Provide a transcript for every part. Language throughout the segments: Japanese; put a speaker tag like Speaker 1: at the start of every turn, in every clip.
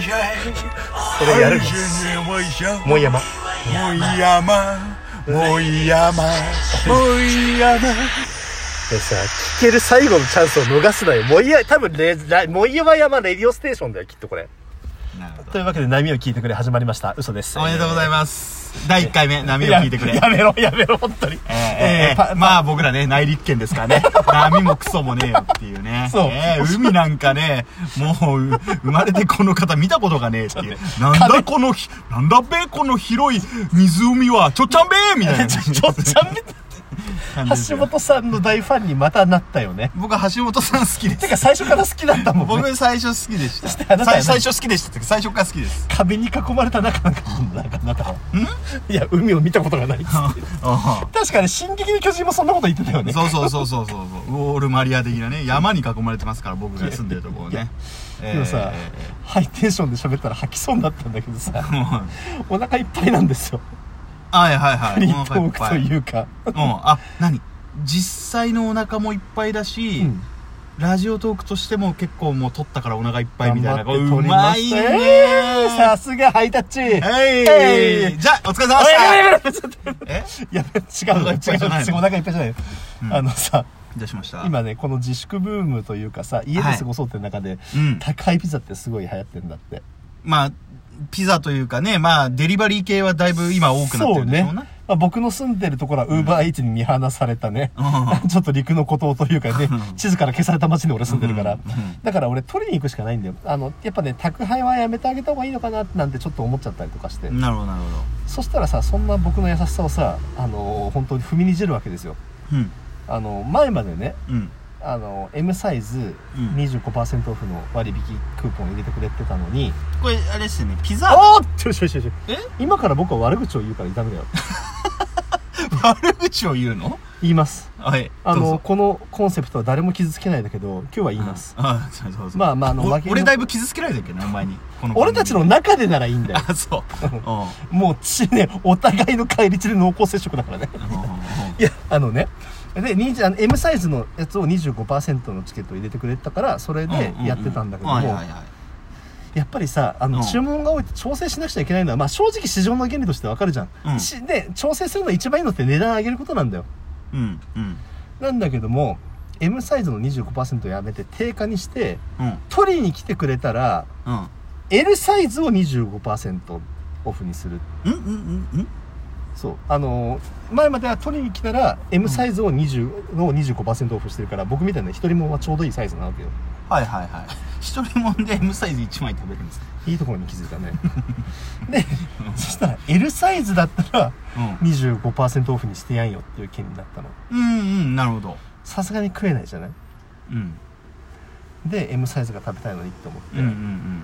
Speaker 1: それやるんですもう山
Speaker 2: もい山もい山もい山
Speaker 1: でさ聞ける最後のチャンスを逃すなよもういや多分レラもういわ山レディオステーションだよきっとこれ
Speaker 2: なるほど
Speaker 1: というわけで波を聞いてくれ始まりました嘘です
Speaker 2: おめでとうございます第1回目波を聞いてくれ
Speaker 1: ややめろやめろ本 当に
Speaker 2: えーえーまあ僕らね内陸圏ですからね波もクソもねえよっていうね
Speaker 1: そう
Speaker 2: えー海なんかねもうう生まれてこの方見たことがねえっていうなん
Speaker 1: 壁
Speaker 2: だこのひなんだべこの広い湖はちょっちゃんべえみたいな
Speaker 1: ちょちょっちゃんみたい
Speaker 2: 感じです
Speaker 1: 橋
Speaker 2: よ
Speaker 1: 本さんの大ファンにまたなったよね
Speaker 2: 僕は橋本さん好きです
Speaker 1: てか最初から好きだったもん、ね、
Speaker 2: 僕最初好きでした
Speaker 1: してあなたは
Speaker 2: 最
Speaker 1: 何
Speaker 2: 最初好きでしたってか最初から好きです
Speaker 1: 壁に囲まれた中なんかなんかなんかいや海を見たことがないっつって
Speaker 2: あ
Speaker 1: 確かに「進撃の巨人」もそんなこと言ってたよ
Speaker 2: あ
Speaker 1: ね
Speaker 2: そうそうそうそうそうそうウォールマリア的なね山に囲まれてますから僕が住んでるところね
Speaker 1: でもさ、
Speaker 2: え
Speaker 1: ハイテンションで喋ったら吐きそうになったんだけどさ
Speaker 2: ーもう
Speaker 1: お腹いっぱいなんですよ
Speaker 2: はいはいはい
Speaker 1: リ
Speaker 2: お
Speaker 1: ート
Speaker 2: 腹い
Speaker 1: ー
Speaker 2: っ
Speaker 1: ク
Speaker 2: ぱ
Speaker 1: と
Speaker 2: いうん
Speaker 1: いうか
Speaker 2: あ何実際のお腹もいっぱいだし、
Speaker 1: うん
Speaker 2: ラジオトークとしても結構もう取ったからお腹いっぱいみたいな
Speaker 1: 頑張って
Speaker 2: う
Speaker 1: 取りま
Speaker 2: まい
Speaker 1: し
Speaker 2: ね
Speaker 1: たえーさすがハイタッチえ
Speaker 2: えい、
Speaker 1: えい
Speaker 2: じゃあお疲れ様
Speaker 1: あ
Speaker 2: でし
Speaker 1: や
Speaker 2: た
Speaker 1: めろやめろちょっと
Speaker 2: え
Speaker 1: やべ違う
Speaker 2: お腹い
Speaker 1: の
Speaker 2: っぱいじゃない
Speaker 1: 違
Speaker 2: の
Speaker 1: う違うお腹いっぱいじゃないよ
Speaker 2: うん
Speaker 1: あのさ
Speaker 2: 出しました
Speaker 1: 今ねこの自粛ブームというかさ家で過ごそうって中で
Speaker 2: うん
Speaker 1: 宅配ピザってすごい流行ってるんだって
Speaker 2: まあ、ピザというかね、まあ、デリバリー系はだいぶ今多くなってるんでしょう
Speaker 1: そう
Speaker 2: な
Speaker 1: ね。まあ、僕の住んでるところはウーバーイーツに見放されたね、
Speaker 2: う
Speaker 1: ちょっと陸の孤島というかね
Speaker 2: うん
Speaker 1: 地図から消された町に俺住んでるから、
Speaker 2: うんうん
Speaker 1: だから俺取りに行くしかないんだよあのやっぱね宅配はやめてあげた方がいいのかななんてちょっと思っちゃったりとかして、
Speaker 2: なるほど、なるほ
Speaker 1: そしたらさそんな僕の優しさをさあの本当に踏みにじるわけですよ
Speaker 2: ど。うん。
Speaker 1: あの前までね
Speaker 2: うん。
Speaker 1: あの M サイズ
Speaker 2: うん
Speaker 1: 25%オフの割引クーポン入れてくれてたのに、
Speaker 2: これ、あれですよね、ピザ、
Speaker 1: あおーちょちょちょちょ
Speaker 2: え
Speaker 1: 今から僕は悪口を言うからダメだよ
Speaker 2: 悪口を言うの
Speaker 1: 言います
Speaker 2: はい。
Speaker 1: あ
Speaker 2: どう
Speaker 1: の
Speaker 2: ぞ、
Speaker 1: このコンセプトは誰も傷つけないんだけど今日は言います、
Speaker 2: あ、そうそうそう。
Speaker 1: まあまああの
Speaker 2: お
Speaker 1: 負け
Speaker 2: 俺だいぶ傷つけられたけどね、お前に。この番組
Speaker 1: 俺たちの。中でならいいんだよ
Speaker 2: あ、そう。うんうんうん
Speaker 1: もうちねお互いの返り血で濃厚接触だからねいやあのねで20あの M サイズのやつを25%のチケットを入れてくれてたからそれで
Speaker 2: うん
Speaker 1: やってたんだけども、
Speaker 2: はいはいはい。
Speaker 1: やっぱりさあの、
Speaker 2: うん
Speaker 1: 注文が多いと調整しなくちゃいけないのは、まあ、正直市場の原理としてわかるじゃん、
Speaker 2: うん
Speaker 1: しで調整するの一番いいのって値段上げることなんだよ
Speaker 2: うん、うん。
Speaker 1: なんだけども M サイズの25%やめて定価にして
Speaker 2: うん、
Speaker 1: 取りに来てくれたら
Speaker 2: うん。
Speaker 1: L サイズを25%オフにする
Speaker 2: うんうんうんうん
Speaker 1: そうあのー前までは取りに来たら M サイズを20の25%オフしてるから僕みたいな一人もんはちょうどいいサイズなわけよ
Speaker 2: はいはいはい一人もんで M サイズ1枚食べるんですか
Speaker 1: いいところに気づいた ねでそしたら L サイズだったら
Speaker 2: うん
Speaker 1: 25%オフにしてやんよっていう件になったの
Speaker 2: うんうんなるほど
Speaker 1: さすがに食えないじゃない
Speaker 2: うん
Speaker 1: で M サイズが食べたいのにって思って、
Speaker 2: うんうんうん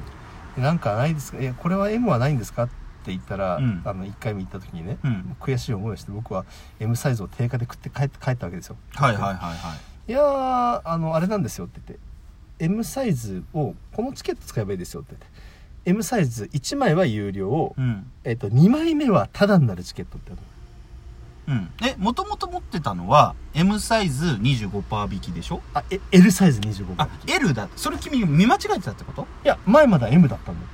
Speaker 1: なんかないですかいやこれは M はないんですかって言ったら、
Speaker 2: うん
Speaker 1: あの1回目行った時にね、
Speaker 2: うん
Speaker 1: 悔しい思いをして僕は M サイズを定価で食って帰って帰ったわけですよ
Speaker 2: はいはいはいはい
Speaker 1: いやーあのあれなんですよって言って M サイズをこのチケット使えばいいですよって言って M サイズ1枚は有料を、
Speaker 2: うん
Speaker 1: えっと2枚目はタダになるチケットってある
Speaker 2: うん、えもともと持ってたのは M サイズ25%引きでしょ
Speaker 1: あえ L サイズ25
Speaker 2: あ
Speaker 1: 枚引きい
Speaker 2: L だそれ君見間違えてたってこと
Speaker 1: や前までは M だったんだよ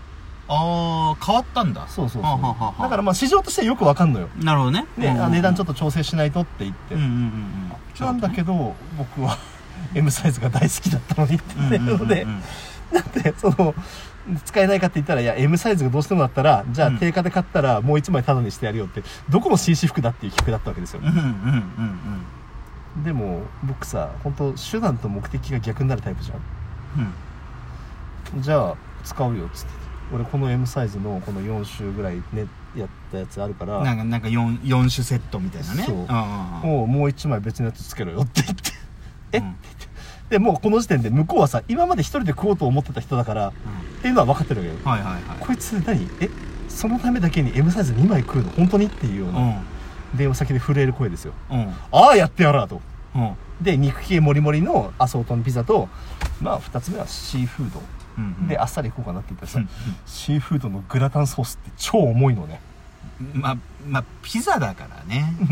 Speaker 2: ああ変わったんだ
Speaker 1: そうそうそう
Speaker 2: はあはあはあ
Speaker 1: だからまあ市場としてはよくわかんのよ、
Speaker 2: なるほどね
Speaker 1: ねあ値段ちょっ
Speaker 2: っ
Speaker 1: と調整しないとって言って、
Speaker 2: うんうんうんうん
Speaker 1: なんだけど僕は M サイズが大好きだったのにって
Speaker 2: うんうん うんうん
Speaker 1: のでなんでその使えないかって言ったらいや M サイズがどうしてもだったらじゃあ
Speaker 2: うん
Speaker 1: 定価で買ったらもう1枚タダにしてやるよってどこも紳士服だっていう企画だったわけですよ
Speaker 2: うんうんうんうん
Speaker 1: でも僕さ本当手段と目的が逆になるタイプじゃ
Speaker 2: うん
Speaker 1: んじゃあ使うよっつって俺この M サイズのこの4週ぐらいねやったやつあるか
Speaker 2: な
Speaker 1: ら
Speaker 2: んかなんか 4, 4種セットみたいなね
Speaker 1: そう
Speaker 2: うんうんうん
Speaker 1: もうもう1枚別のやつつけろよって言ってえ
Speaker 2: うん
Speaker 1: でもうこの時点で向こうはさ今まで一人で食おうと思ってた人だからっていうのは分かってるわけよ
Speaker 2: うんはいはいはい
Speaker 1: こいつ何えそのためだけに M サイズ2枚食うの本当にっていうような電話先で震える声ですよ
Speaker 2: うんうん
Speaker 1: ああやってやらあと
Speaker 2: うん
Speaker 1: で肉系もりもりのアソートのピザとまあ2つ目はシーフード
Speaker 2: うんうん
Speaker 1: であっさりいこうかなって言ったらさ、
Speaker 2: うん
Speaker 1: シーフードのグラタンソースって超重いのね
Speaker 2: うんまあまあピザだからね
Speaker 1: うん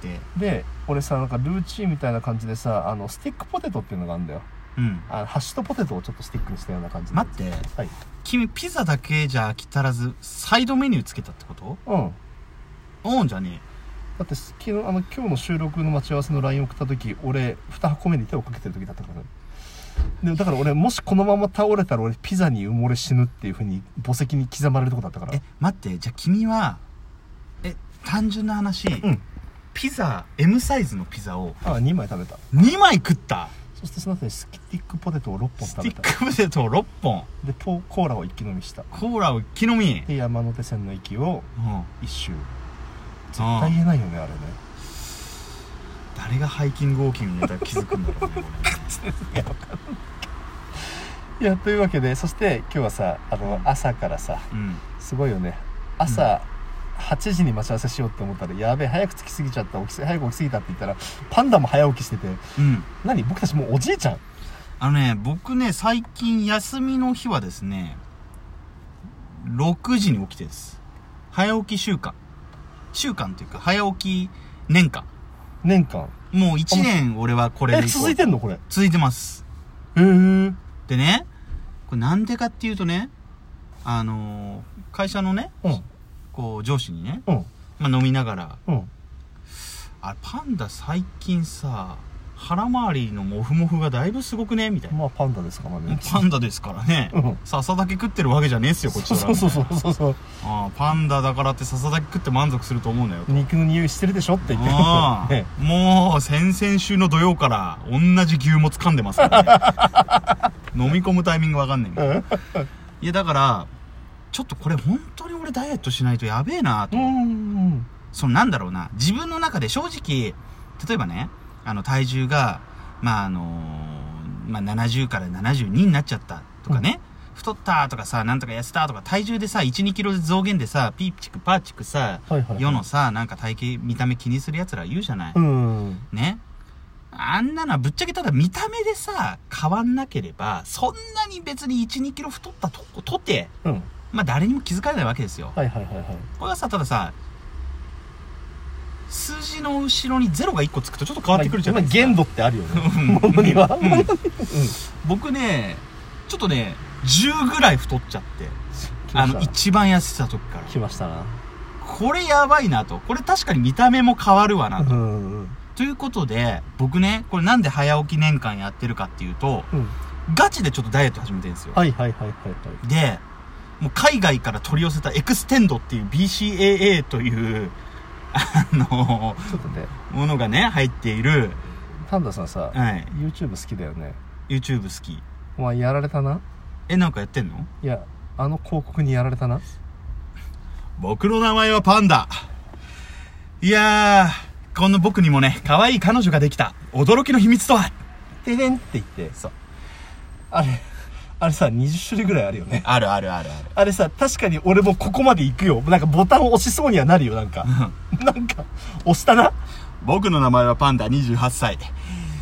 Speaker 2: 言うて
Speaker 1: で俺さなんかルーチンみたいな感じでさあのスティックポテトっていうのがあるんだよ
Speaker 2: うん
Speaker 1: あのハッシュドポテトをちょっとスティックにしたような感じで
Speaker 2: 待って
Speaker 1: はい
Speaker 2: 君ピザだけじゃ飽き足らずサイドメニューつけたってこと
Speaker 1: うん
Speaker 2: おんじゃね
Speaker 1: だって昨日あの今日の収録の待ち合わせの LINE 送った時俺2箱目に手をかけてる時だったからねでもだから俺もしこのまま倒れたら俺ピザに埋もれ死ぬっていうふうに墓石に刻まれるとこだったから
Speaker 2: ええ待ってじゃあ君はえ単純な話、
Speaker 1: うん
Speaker 2: ピザ M サイズのピザを
Speaker 1: あ2枚食べた
Speaker 2: 2枚食った
Speaker 1: そしてその後にスティックポテトを6本
Speaker 2: ステ
Speaker 1: 食べ
Speaker 2: ィッ
Speaker 1: た
Speaker 2: クポテトを6本
Speaker 1: でポコーラを一気飲みした
Speaker 2: コーラを一気飲み、
Speaker 1: で山手線の駅を
Speaker 2: うん、
Speaker 1: 一周絶
Speaker 2: あ
Speaker 1: 対言えないよねあれね
Speaker 2: 誰がハイキングウォーキングネタ気づくんだろうね
Speaker 1: いやというわけでそして今日はさあの
Speaker 2: うん
Speaker 1: 朝からさ
Speaker 2: 俺うん
Speaker 1: すごいよね朝、8時に待ち合わせしようって思ったらやべえ早く着きすぎちゃった起きす早く起きすぎたって言ったらパンダも早起きしてて
Speaker 2: うん
Speaker 1: 何僕たちもうおじいちゃん
Speaker 2: あのね僕ね最近休みの日はですね6時に起きてです早起き習慣習慣というか早起き年間
Speaker 1: 年間
Speaker 2: もう1年俺はこれ
Speaker 1: え
Speaker 2: で行こう
Speaker 1: 続いてんのこれへ
Speaker 2: 続いてます
Speaker 1: えうん
Speaker 2: でねこれなんでかっていうとねあのー会社のね
Speaker 1: うん
Speaker 2: こう上司にね、
Speaker 1: うん
Speaker 2: まあ、飲みながら
Speaker 1: うん
Speaker 2: あれパンダ最近さ腹回りのモフモフがだいぶすごくねみたいな
Speaker 1: まあパンダですからね
Speaker 2: パンダですからね、
Speaker 1: うん
Speaker 2: 笹だけ食ってるわけじゃねえっすよこっち
Speaker 1: そう
Speaker 2: は
Speaker 1: そうそうそうそうそう
Speaker 2: ああパンダだからって笹だけ食って満足すると思うなよ
Speaker 1: 肉の匂いしてるでしょって言って
Speaker 2: ああ、
Speaker 1: ね
Speaker 2: もう先々週の土曜から同じ牛も掴んでます からね飲み込むタイミングわかんねえんだいやだからちょっとこれ本当に俺ダイエットしないとやべえなと、
Speaker 1: うんうん
Speaker 2: そのなんだろうな自分の中で正直例えばねあの体重がまああのまあ、70から72になっちゃったとかね、太ったとかさなんとか痩せたとか体重でさ1 2キロで増減でさピーチクパーチクさ
Speaker 1: はいはい
Speaker 2: 世のさなんか体型見た目気にするやつら言うじゃない、
Speaker 1: うん
Speaker 2: ねあんなのはぶっちゃけただ見た目でさ変わんなければそんなに別に1 2キロ太ったとことて
Speaker 1: うん
Speaker 2: まあ誰にも気づかれないわけですよ
Speaker 1: はいはいはいはい
Speaker 2: これはさたださ数字の後ろにゼロが1個つくとちょっと変わってくるじゃないですか、
Speaker 1: まあ限度ってあるよね
Speaker 2: うん
Speaker 1: ものには
Speaker 2: うん
Speaker 1: ものに
Speaker 2: 僕ねちょっとね10ぐらい太っちゃってあの
Speaker 1: 来ました
Speaker 2: 一番痩せた時から
Speaker 1: 来ましたな
Speaker 2: これやばいなとこれ確かに見た目も変わるわな
Speaker 1: う
Speaker 2: と、
Speaker 1: んうん
Speaker 2: ということで僕ねこれなんで早起き年間やってるかっていうと
Speaker 1: うん
Speaker 2: ガチでちょっとダイエット始めてるんですよ、
Speaker 1: はいはいはいはいはい
Speaker 2: でもう海外から取り寄せたエクステンドっていう BCAA というあの
Speaker 1: ちょっとね
Speaker 2: ものがね入っている、
Speaker 1: パンダさんさ、
Speaker 2: はい
Speaker 1: YouTube 好きだよね
Speaker 2: YouTube 好き
Speaker 1: お前やられたな
Speaker 2: えなんかやってんの
Speaker 1: いやあの広告にやられたな
Speaker 2: 僕の名前はパンダいやーこの僕にもね可愛い彼女ができた驚きの秘密とは
Speaker 1: てれんって言って
Speaker 2: そう
Speaker 1: あれあれさ20種類ぐらいあるよね
Speaker 2: あるあるあるある
Speaker 1: あれさ確かに俺もここまで行くよなんかボタンを押しそうにはなるよなんかなんか押したな
Speaker 2: 僕の名前はパンダ28歳。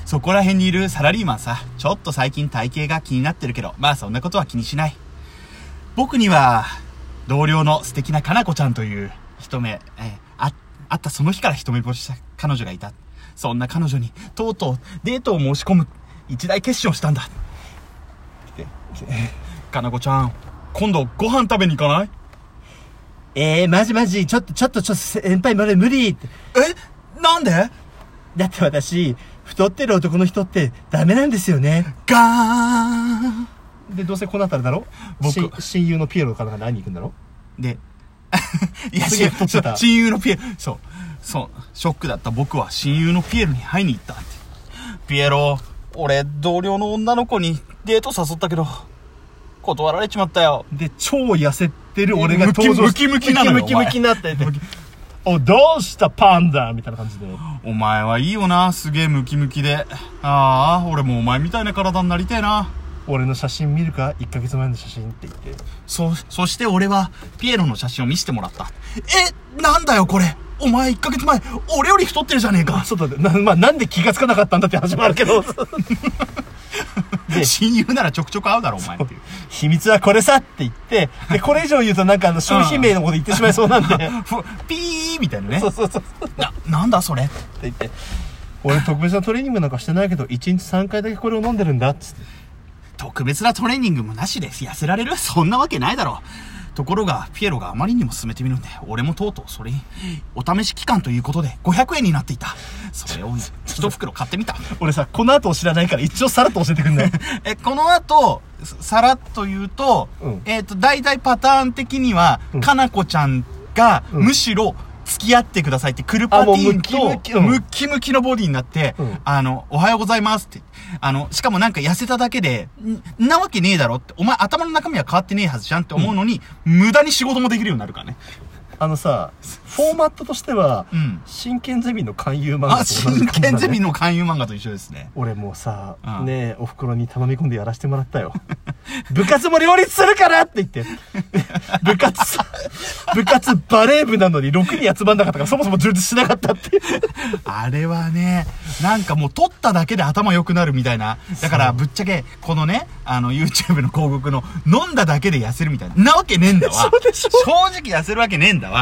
Speaker 2: そこら辺にいるサラリーマンさ、ちょっと最近体型が気になってるけど、まあそんなことは気にしない。僕には、同僚の素敵なかなこちゃんという一目、えーあ、あったその日から一目ぼれした彼女がいた。そんな彼女に、とうとうデートを申し込む一大決心をしたんだ。かなこちゃん、今度ご飯食べに行かない
Speaker 1: えー、まじまじちょっとちょっとちょっと先輩まで無理って
Speaker 2: えなんで
Speaker 1: だって私太ってる男の人ってダメなんですよね
Speaker 2: ガーン
Speaker 1: でどうせこうなったらだろ
Speaker 2: 僕
Speaker 1: し親友のピエロからなんか会いに行くんだろ
Speaker 2: で、いや、
Speaker 1: すげえ
Speaker 2: 違う
Speaker 1: 太ってた
Speaker 2: そう親友のピエロ、そう、そう、ショックだった僕は親友のピエロに会いに行ったって。ピエロ、俺、同僚の女の子にデート誘ったけど、断られちまったよ。
Speaker 1: で超痩せてる俺が登場
Speaker 2: ムキムキムキなのよ
Speaker 1: ムキムキムキになってておどうしたパンダみたいな感じで
Speaker 2: お前はいいよな、すげえムキムキで。ああ、俺もお前みたいな体になりてえな。
Speaker 1: 俺の写真見るか1ヶ月前の写真って言って
Speaker 2: そ、そして俺は、ピエロの写真を見せてもらった。え、なんだよこれ。お前1ヶ月前、俺より太ってるじゃねえか。
Speaker 1: そうだねな,、まあ、なんで気がつかなかったんだって始まるけど で
Speaker 2: 親友ならちょくちょく会うだろ、お前っていう。
Speaker 1: 秘密はこれさって言ってでこれ以上言うとなんかあの商品名のこと言ってし まいそうなんで
Speaker 2: ふピーみたいなね
Speaker 1: そうそうそうそう
Speaker 2: ななんだそれ
Speaker 1: って言って俺特別なトレーニングなんかしてないけど1日3回だけこれを飲んでるんだっつって
Speaker 2: 特別なトレーニングもなしで痩せられるそんなわけないだろう。ところが、ピエロがあまりにも勧めてみるんで、俺もとうとうそれに、お試し期間ということで500円になっていた。それを一袋買ってみた。
Speaker 1: 俺さこの後を知らないから一応さらっと教えてくんない
Speaker 2: え、この後、ささらっと言うと、
Speaker 1: うん
Speaker 2: えっ、と、大体パターン的には、
Speaker 1: うん
Speaker 2: かなこちゃんが、
Speaker 1: うん
Speaker 2: むしろ、付き合ってくださいって、クルパティーン
Speaker 1: あもうム
Speaker 2: と
Speaker 1: ッキムキうん
Speaker 2: ムッキムキのボディになって、
Speaker 1: うん
Speaker 2: あの、おはようございますって。あの、しかもなんか痩せただけで、んんなわけねえだろって、お前頭の中身は変わってねえはずじゃんって思うのに、無駄に仕事もできるようになるからね。
Speaker 1: あのさフォーマットとしては、
Speaker 2: うん
Speaker 1: 真剣ゼミの勧誘漫画と
Speaker 2: あ、
Speaker 1: 同じ
Speaker 2: 真
Speaker 1: 感じだ
Speaker 2: 剣
Speaker 1: ね
Speaker 2: ゼミの勧誘漫画と一緒ですね。
Speaker 1: 俺もうさ、
Speaker 2: うん
Speaker 1: ねえおふくろに頼み込んでやらせてもらったよ 部活も両立するからって言って 部活さ部活バレー部なのに6人集まんなかったからそもそも充実しなかったっていう
Speaker 2: あれはね、なんかもう撮っただけで頭良くなるみたいな。だからぶっちゃけ、このね、あの YouTube の広告の飲んだだけで痩せるみたいな。なわけねえんだわ。
Speaker 1: そうでしょ
Speaker 2: 正直痩せるわけねえんだわ。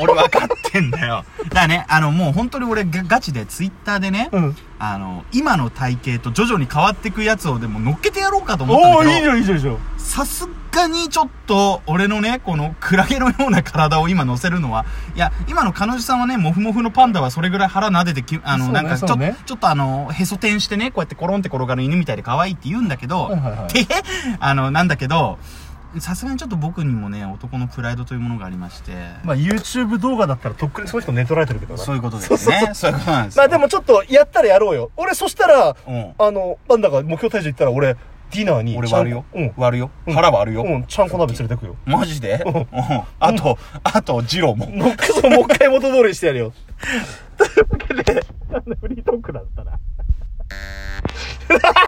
Speaker 2: 俺分かってんだよ。だからね、あのもう本当に俺がガチで Twitter でね、
Speaker 1: うん
Speaker 2: あの、今の体型と徐々に変わってくやつをでも乗っけてやろうかと思った
Speaker 1: お
Speaker 2: ん
Speaker 1: お
Speaker 2: だ
Speaker 1: い
Speaker 2: け
Speaker 1: いじ
Speaker 2: ど、
Speaker 1: ゃんいいじゃんいいじゃん
Speaker 2: さすがにちょっと俺のね、このクラゲのような体を今乗せるのは、いや、今の彼女さんはね、モフモフのパンダはそれぐらい腹撫でてき、あの、
Speaker 1: そうね
Speaker 2: なんかちょ,、
Speaker 1: そうね
Speaker 2: ちょっとあの、へそ転してね、こうやってコロンって転がる犬みたいで可愛いって言うんだけど、
Speaker 1: はいはい はい
Speaker 2: てへあの、なんだけど、さすがにちょっと僕にもね、男のプライドというものがありまして、
Speaker 1: まあ YouTube 動画だったらとっくにその人寝取られてるけどな
Speaker 2: そういうことですね。そういうことなんです
Speaker 1: ま
Speaker 2: よ。
Speaker 1: あでもちょっとやったらやろうよ俺そしたら
Speaker 2: うん。
Speaker 1: あのなんだか目標体重いったら俺ディナーに
Speaker 2: 俺
Speaker 1: ちゃん
Speaker 2: 割るよ。
Speaker 1: うん
Speaker 2: 割るよ。
Speaker 1: うん
Speaker 2: 腹割るよ。
Speaker 1: うんちゃんこ鍋連れてくよ
Speaker 2: マジで
Speaker 1: うん
Speaker 2: うん あと、あと、ジローも。
Speaker 1: もう、そうもう一回元通りにしてやるよ。というわけで、あの、フリートークだったら。